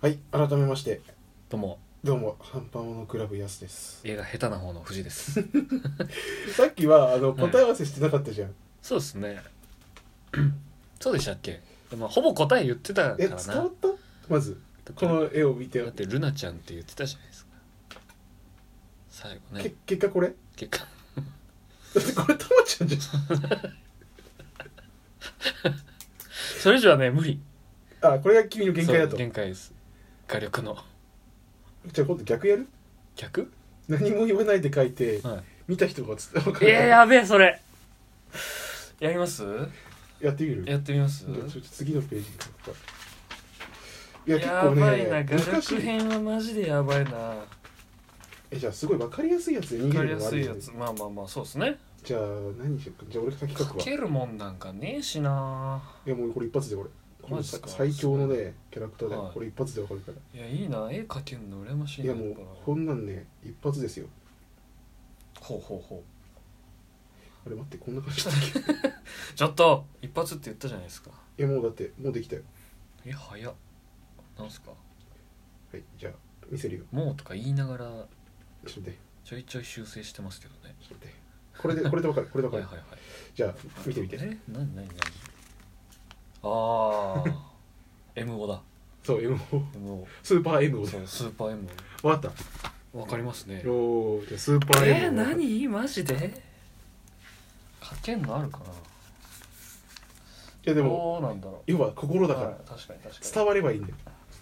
はい改めましてどうもどうもハンパモノクラブやすです絵が下手な方の藤です さっきはあのん答え合わせしてなかったじゃん、そうですね そうでしたっけでもほぼ答え言ってたかえら伝なわったまずだっこての絵を見てだってルナちゃんって言ってたじゃないですか最後けね結果これ だ結果 ってこれたまちゃんじそれ以上はね無理ゃんあこれが君の限界だそうと限界です画力のじゃあ今度逆やる逆何も言わないで書いて、は見た人がつ分かいるえー、やべえそれやりますやってみるやってみますちょっと次のページに書くかいや結や構ばいなね画難し力い編はマジでやばいなえじゃあすごい分かりやすいやつで逃分げかりるやのがあするいじゃやんつまあまあまあそうですねじゃあ何しようかじゃあ俺先書かくわけるもんなんかねえしないやもうこれ一発で俺こマのジっすか最強のねキャラクターだよはいこれ一発でわかるからいやいいな絵描けんの羨ましいいなやもうっぱこんなんね一発ですよほうほうほあうれ待ってこんな感 じだっけちょっと一発って言ったじゃないですかいやもうだってもうできたよえ早っなんすかはいじゃあ見せるよもうとか言いながらちょっと待ってちょいちょい修正してますけどねちょっと待ってこれでこれでわかるこれでわはかいるはいはいじゃあ見てみてえなになになにああ MO だそう MO MO スーパー M をそ分うスーパー M かったわかりますねおーじゃあスーパー M えー、を分かった何マジで描けんのあるかないやでもどうなんだろう要は心だかはいら確かに確かに伝わればいいんだよ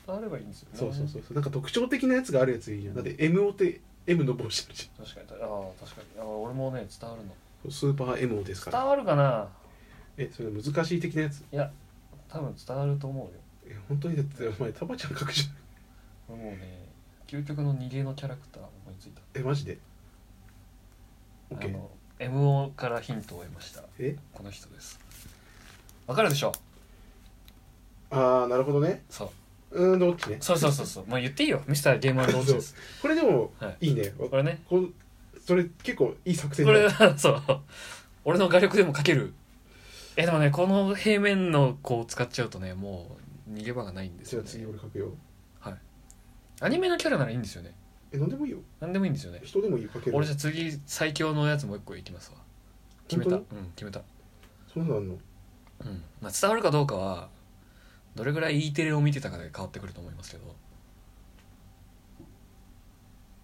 伝わればいいんですよねそうそうそうそうなんか特徴的なやつがあるやついいじゃんだって MO って M の帽子あるじ確かにああ確かにあー俺もね伝わるのゃんスーパー MO ですから伝わるかなえそれ難しい的なやついや多分伝わると思うよえ本当にだってお前タバちゃん書くじゃん俺もうね究極の逃げのキャラクター思いついたえマジでオッあケーの MO からヒントを得ましたえこの人ですわかるでしょああなるほどねそううーんどっちねそうそうそうそうもう言っていいよミスターゲームアンドウォッチですこれでもはいいいね、わこれねこうそれ結構いい作戦こだれ はそう俺の画力でも描けるえでもねこの平面のこう使っちゃうとねもう逃げ場がないんですじゃよあ次ね俺書くよアニメのキャラならいいんですよねえ何でもいいよ何でもいいんですよね人でもいい書ける俺じゃあ次最強のやつもう一個いきますわ決めたう本ん決めたそんなのあんのうんまあ伝わるかどうかはどれぐらい E テレを見てたかで変わってくると思いますけど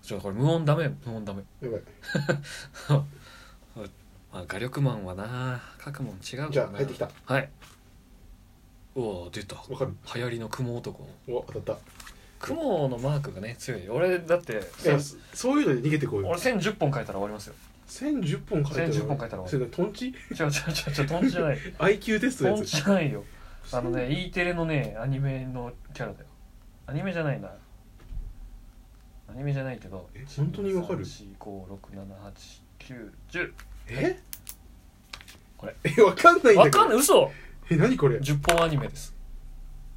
ちょこれ無音ダメ無音ダメ、やばいまあ、画力マンはな書くもん違うからなじゃあ入ってきたはいおお出たわかる流行りの雲男お当たっ雲のマークがね強い俺だってたいやそそういうので逃げてこいよ俺1010本書いたら終わりますよ1010本書いたら1010本書いたらそれトンチ違う違う違う違うトンチじゃない IQ テストのトやンつチじゃないよあのね E テレのねアニメのキャラだよアニメじゃないなアニメじゃないけどえ本当にわかる45678910えこれえわかんないんだわけどかんない嘘え何これ10本アニメです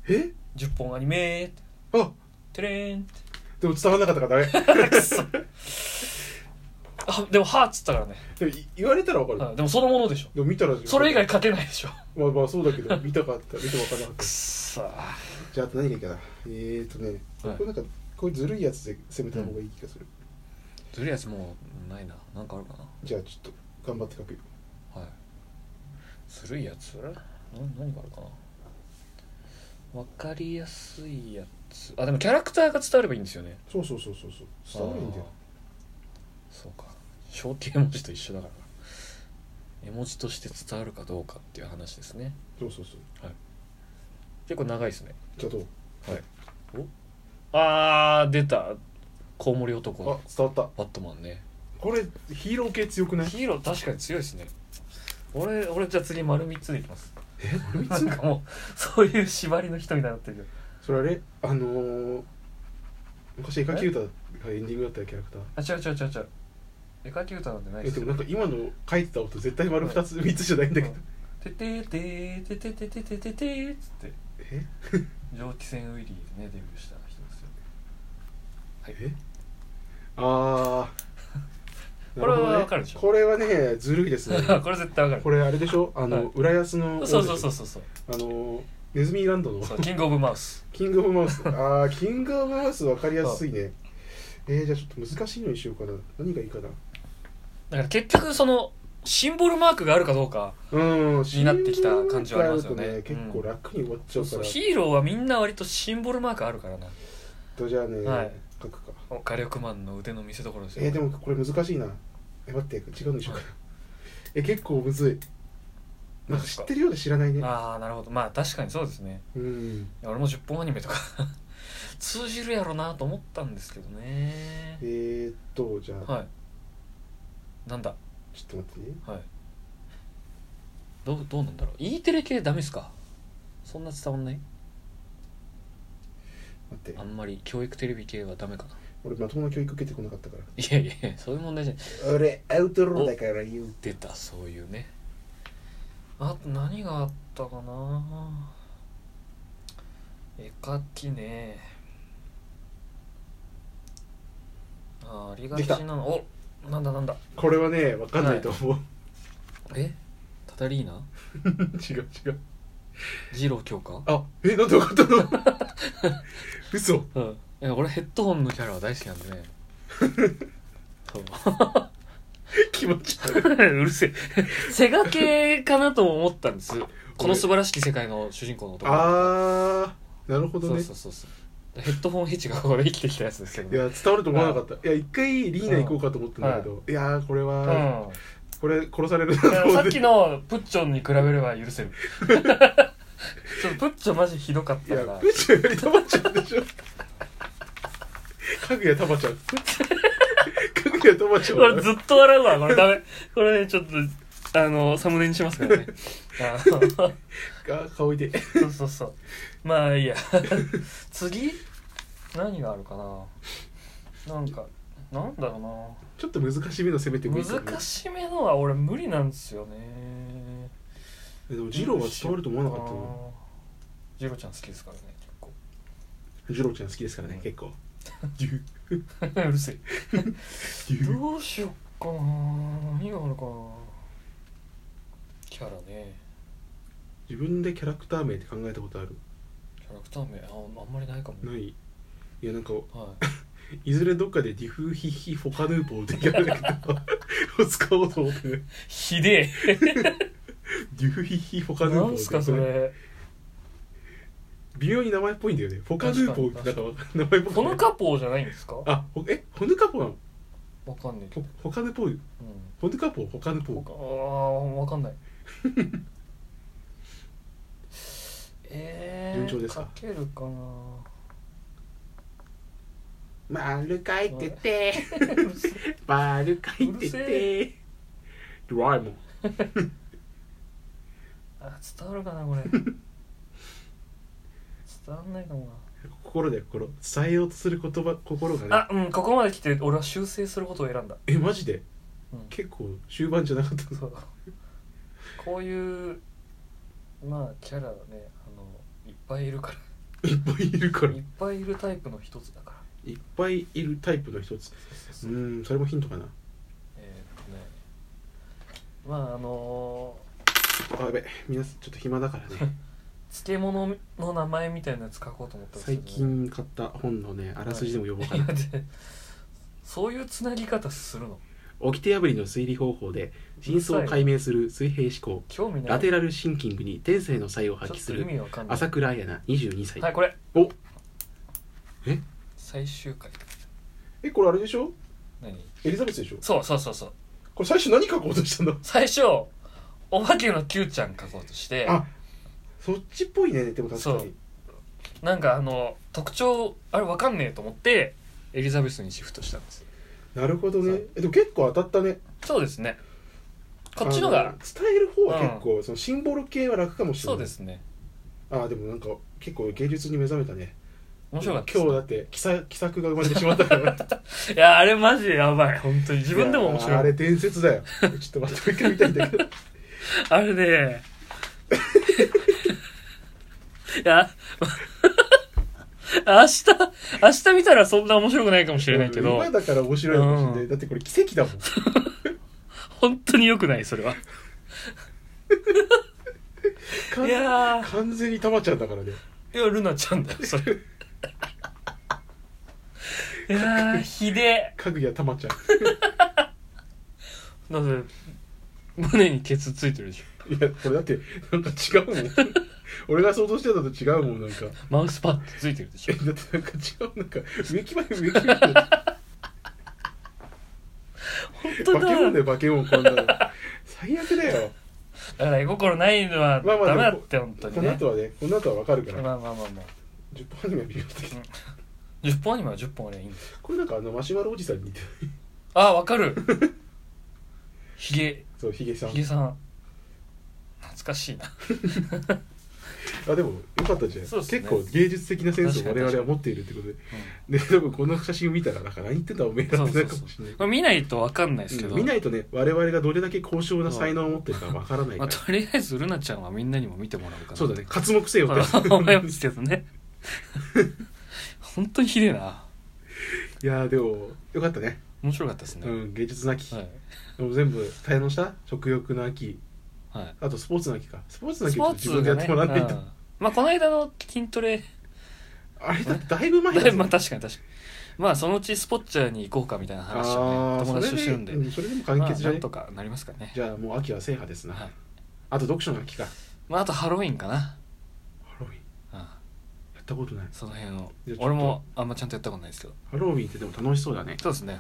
え10本アニメってあテレー ンっでも伝わらなかったから ダメてくっそあでも「は」っつったからねでもい言われたらわかる、あでもそのものでしょでも見たらそれ以外書けないでしょまあまあそうだけど見たかった見てわからなかっくったさ じゃああと何がいいかなえー、っとね、はいこれなんかこういうずるいやつで攻めた方がいい気がする、ずるいやつもうないななんかあるかじゃあちょっと頑張って書くよなはいずるいやつな何があるかなわかりやすいやつあでもキャラクターが伝わればいいんですよねそうそうそうそうそう伝わるんだよそうか象形文字と一緒だからな絵文字として伝わるかどうかっていう話ですねそうそうそう結構長いですねじゃあどうあー出たコウモリ男あ伝わったバットマンねこれヒーロー系強くないヒーロー確かに強いですね俺俺じゃあ次丸3つでいきますえこれなんかもうそういう縛りの人になってるよそれあれあのー、昔絵描き歌がエンディングだったキャラクターあ違う違う違う違う絵描き歌なんてないえでですもよなんか今の書いてた音絶対丸2つ3つじゃないんだけど、 「てててててててててて」っつってえ蒸気船ウィリーでねデビューした人ですよえあ あこれはわかるでしょこれはね ずるいですねこれ絶対わかるこれあれでしょあの、はい浦安のそうそうそううそうそうあのネズミランドのそうキングオブマウスキングオブマウ スああキングオブマウス分かりやすいねえー、じゃあちょっと難しいのにしようかな何がいいかなだから結局そのシンボルマークがあるかどうかうんになってきた感じはありますよねシンボルマークあると結構楽に終わっちゃうかそうら、ヒーローはみんな割とシンボルマークあるからなとじゃあね、はい書くか火力マンの腕の見せ所ですよえー、でもこれ難しいなえ待って違うのにしようかなえ結構むずいなんか知ってるようで知らないねああなるほどまあ確かにそうですねうんいや俺も10本アニメとか通じるやろなと思ったんですけどねえー、っとじゃあ、はいなんだちょっと待ってねはいどうどうなんだろう E テレ系ダメですかそんな伝わんない待ってあんまり教育テレビ系はダメかな 俺まともな教育受けてこなかったかいやいやいやそういう問題じゃないら俺アウトローだから言う出たそういうねあと何があったかな絵描きねあーありがちできなのおなんだなんだこれはね分かんないと思う、えタタリーナ違う違う二郎強化あえなんで分かったの 嘘うんいや俺ヘッドホンのキャラは大好きなんでねそう気持ち 悪いうるせえセガ系かなとも思った んですこの素晴らしき世界の主人公の男あーなるほどそねうそうそうそうヘッドホンヘチがここで生きてきたやつですけどいねや伝わると思わなかった、い、や一回リーナ行こうかと思ったんだけど、い、やーこれうは、んこれ殺されるなだかとら思さっってきのプッチョンに比べれば許せ るちょっとプッチョンマジひどかっいたやから宇宙よりタマちゃんで しょかぐやタマちゃんかぐやタマちゃんこれずっと笑うわこれダメこれねちょっとあのサムネにしますから ねあのが顔いでそうそうそうまあいいや 次何があるかななんかなんだろうなちょっと難しめの攻めてもいいかな難しめのは俺無理なんですよねでもジローは伝わると思わなかったなジローちゃん好きですからね結構 ジローちゃん好きですからね結構ジュうるせえジュどうしよっかな何があるかなキャラね自分でキャラクター名って考えたことあるキャラクター名ああんまりないかもないいやなんかはいずれどっかでディフヒヒフォカヌーボーってキャラクターを使おうと思ってねいひで えデュフヒヒフォカヌーボー何すかそれ微妙に名前っぽいんだよねフォカヌーボーってなんかわか名前っぽくこないのカポーじゃないんですかわあほえホヌカポなのかんないけほど、ホカヌポーうんホヌカポーホカヌポ僕ーあーわ かんないえー、順調ですかける かな丸書いてて丸書いうるてせてドラえもんあ伝わるかなこれ伝わんないかも心だよ心伝えようとする言葉心がなねあうんここまで来て俺は修正することを選んだえマジで、うん結構終盤じゃなかったのそうこういうまあキャラはねあのいっぱいいるか いっぱいいるかららいっぱいいるタイプの一つだからいっぱいいるタイプの一つそううそうそうーんそれもヒントかなえーっとねまああのあやべ皆さんちょっと暇だから ね漬物の名前みたいなやつ書こうと思ったんです最けどね、近買った本のねあらすじでも読もうかな、いやでそういうつなぎ方するの 掟破りの推理方法で真相を解明する水平思考興味ないラテラルシンキングに天性の才を発揮ちすょっと意る味わかんない朝倉彩菜22歳、はいこれおえ最終回えこれあれでしょ何エリザベスでしょそうそうそうそうこれ最初何書こうとしたんだ最初お化けの Q ちゃん書こうとしてあそっちっぽいねでも確かそうになんかあの特徴あれわかんねえと思ってエリザベスにシフトしたんですなるほどねそうえでも結構当たったねそうですねこっちのあが伝える方は結構、そのシンボル系は楽かもしれそないうですねあでもなんか結構芸術に目覚めたね面白かったです今日だって奇策奇策が生まれてしまったからいやあれマジやばい本当に 自分でもい面や白あいれ伝説だよちょっと待ってもう一回見たいんだけどあれねいや 明日明日見たらそんな面白くないかもしれないけど今だから面白いかもしれない、うんだってこれ奇跡だもん本当に良くないそれはかんいやー完全にたまちゃんだからねいやルナちゃんだよそれいやーひでえかぐやたまちゃんだって胸にケツついてるでしょいやこれだってなんか違うもん俺が想像してたのと違うもんなんかマウスパッドついてるでしえょだってなんか違うなんか植木前植木前バ本ケ当だモンだよバケモンこんなの最悪だよだから絵心ないのはまあまあダメだって本当にこのね後はねこの後はわかるかまあらまあまあまあ10本アニメは微妙だけど10本アニメは10本あればいいんだこれなんかあのマシュマロおじさんに似てるあわかる ひげそうヒゲさんひげさん懐かしいなあでもよかったじゃん、そうっすね結構芸術的なセンスを我々確かはに持っているってことで、で多分この写真を見たらなんか何言ってんだおめえらそっうてなるそうかそうもしれないこれ見ないとわかんないですけど、うん見ないとね我々がどれだけ高尚な才能を持ってるかわからないかまあ、らとりあえずルナちゃんはみんなにも見てもらうかなそうだね活目せよとって は思いますけどね本当にひでえないやーでもよかったね、面白かったですね、うん、芸術の秋、はい、でも全部滞納した食欲の秋はい、あとスポーツの秋かスポーツのス秋ポはー自ツ分でやがってね、もらわないと、うんまあこの間の筋 トレあれだってだいぶ前だだいぞぶまあ確かに確かにまあそのうちスポッチャーに行こうかみたいなあ話をーね友達としてるんでそれで,、うん、それでもま完あ結じなゃんね、とかなりますかねじゃあもう秋は制覇ですな、はいあと読書の秋かまああとハロウィンかな、ハロウィンうん、やったことないその辺をじゃあちょっと俺もあんまちゃんとやったことないですけどハロウィンってでも楽しそうだねそうですね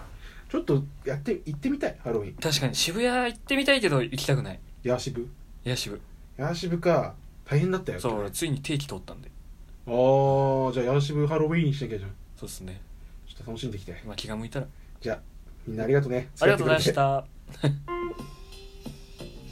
ちょっとやって行ってみたいハロウィン確かに渋谷行ってみたいけど行きたくないヤーシブいや渋ヤーシブか大変だったよそうあ俺ついに定期通ったんであじゃあヤーシブハロウィンにしなきゃじゃんそうですねちょっと楽しんできてまあ気が向いたらじゃあみんなありがとうねありがとうございました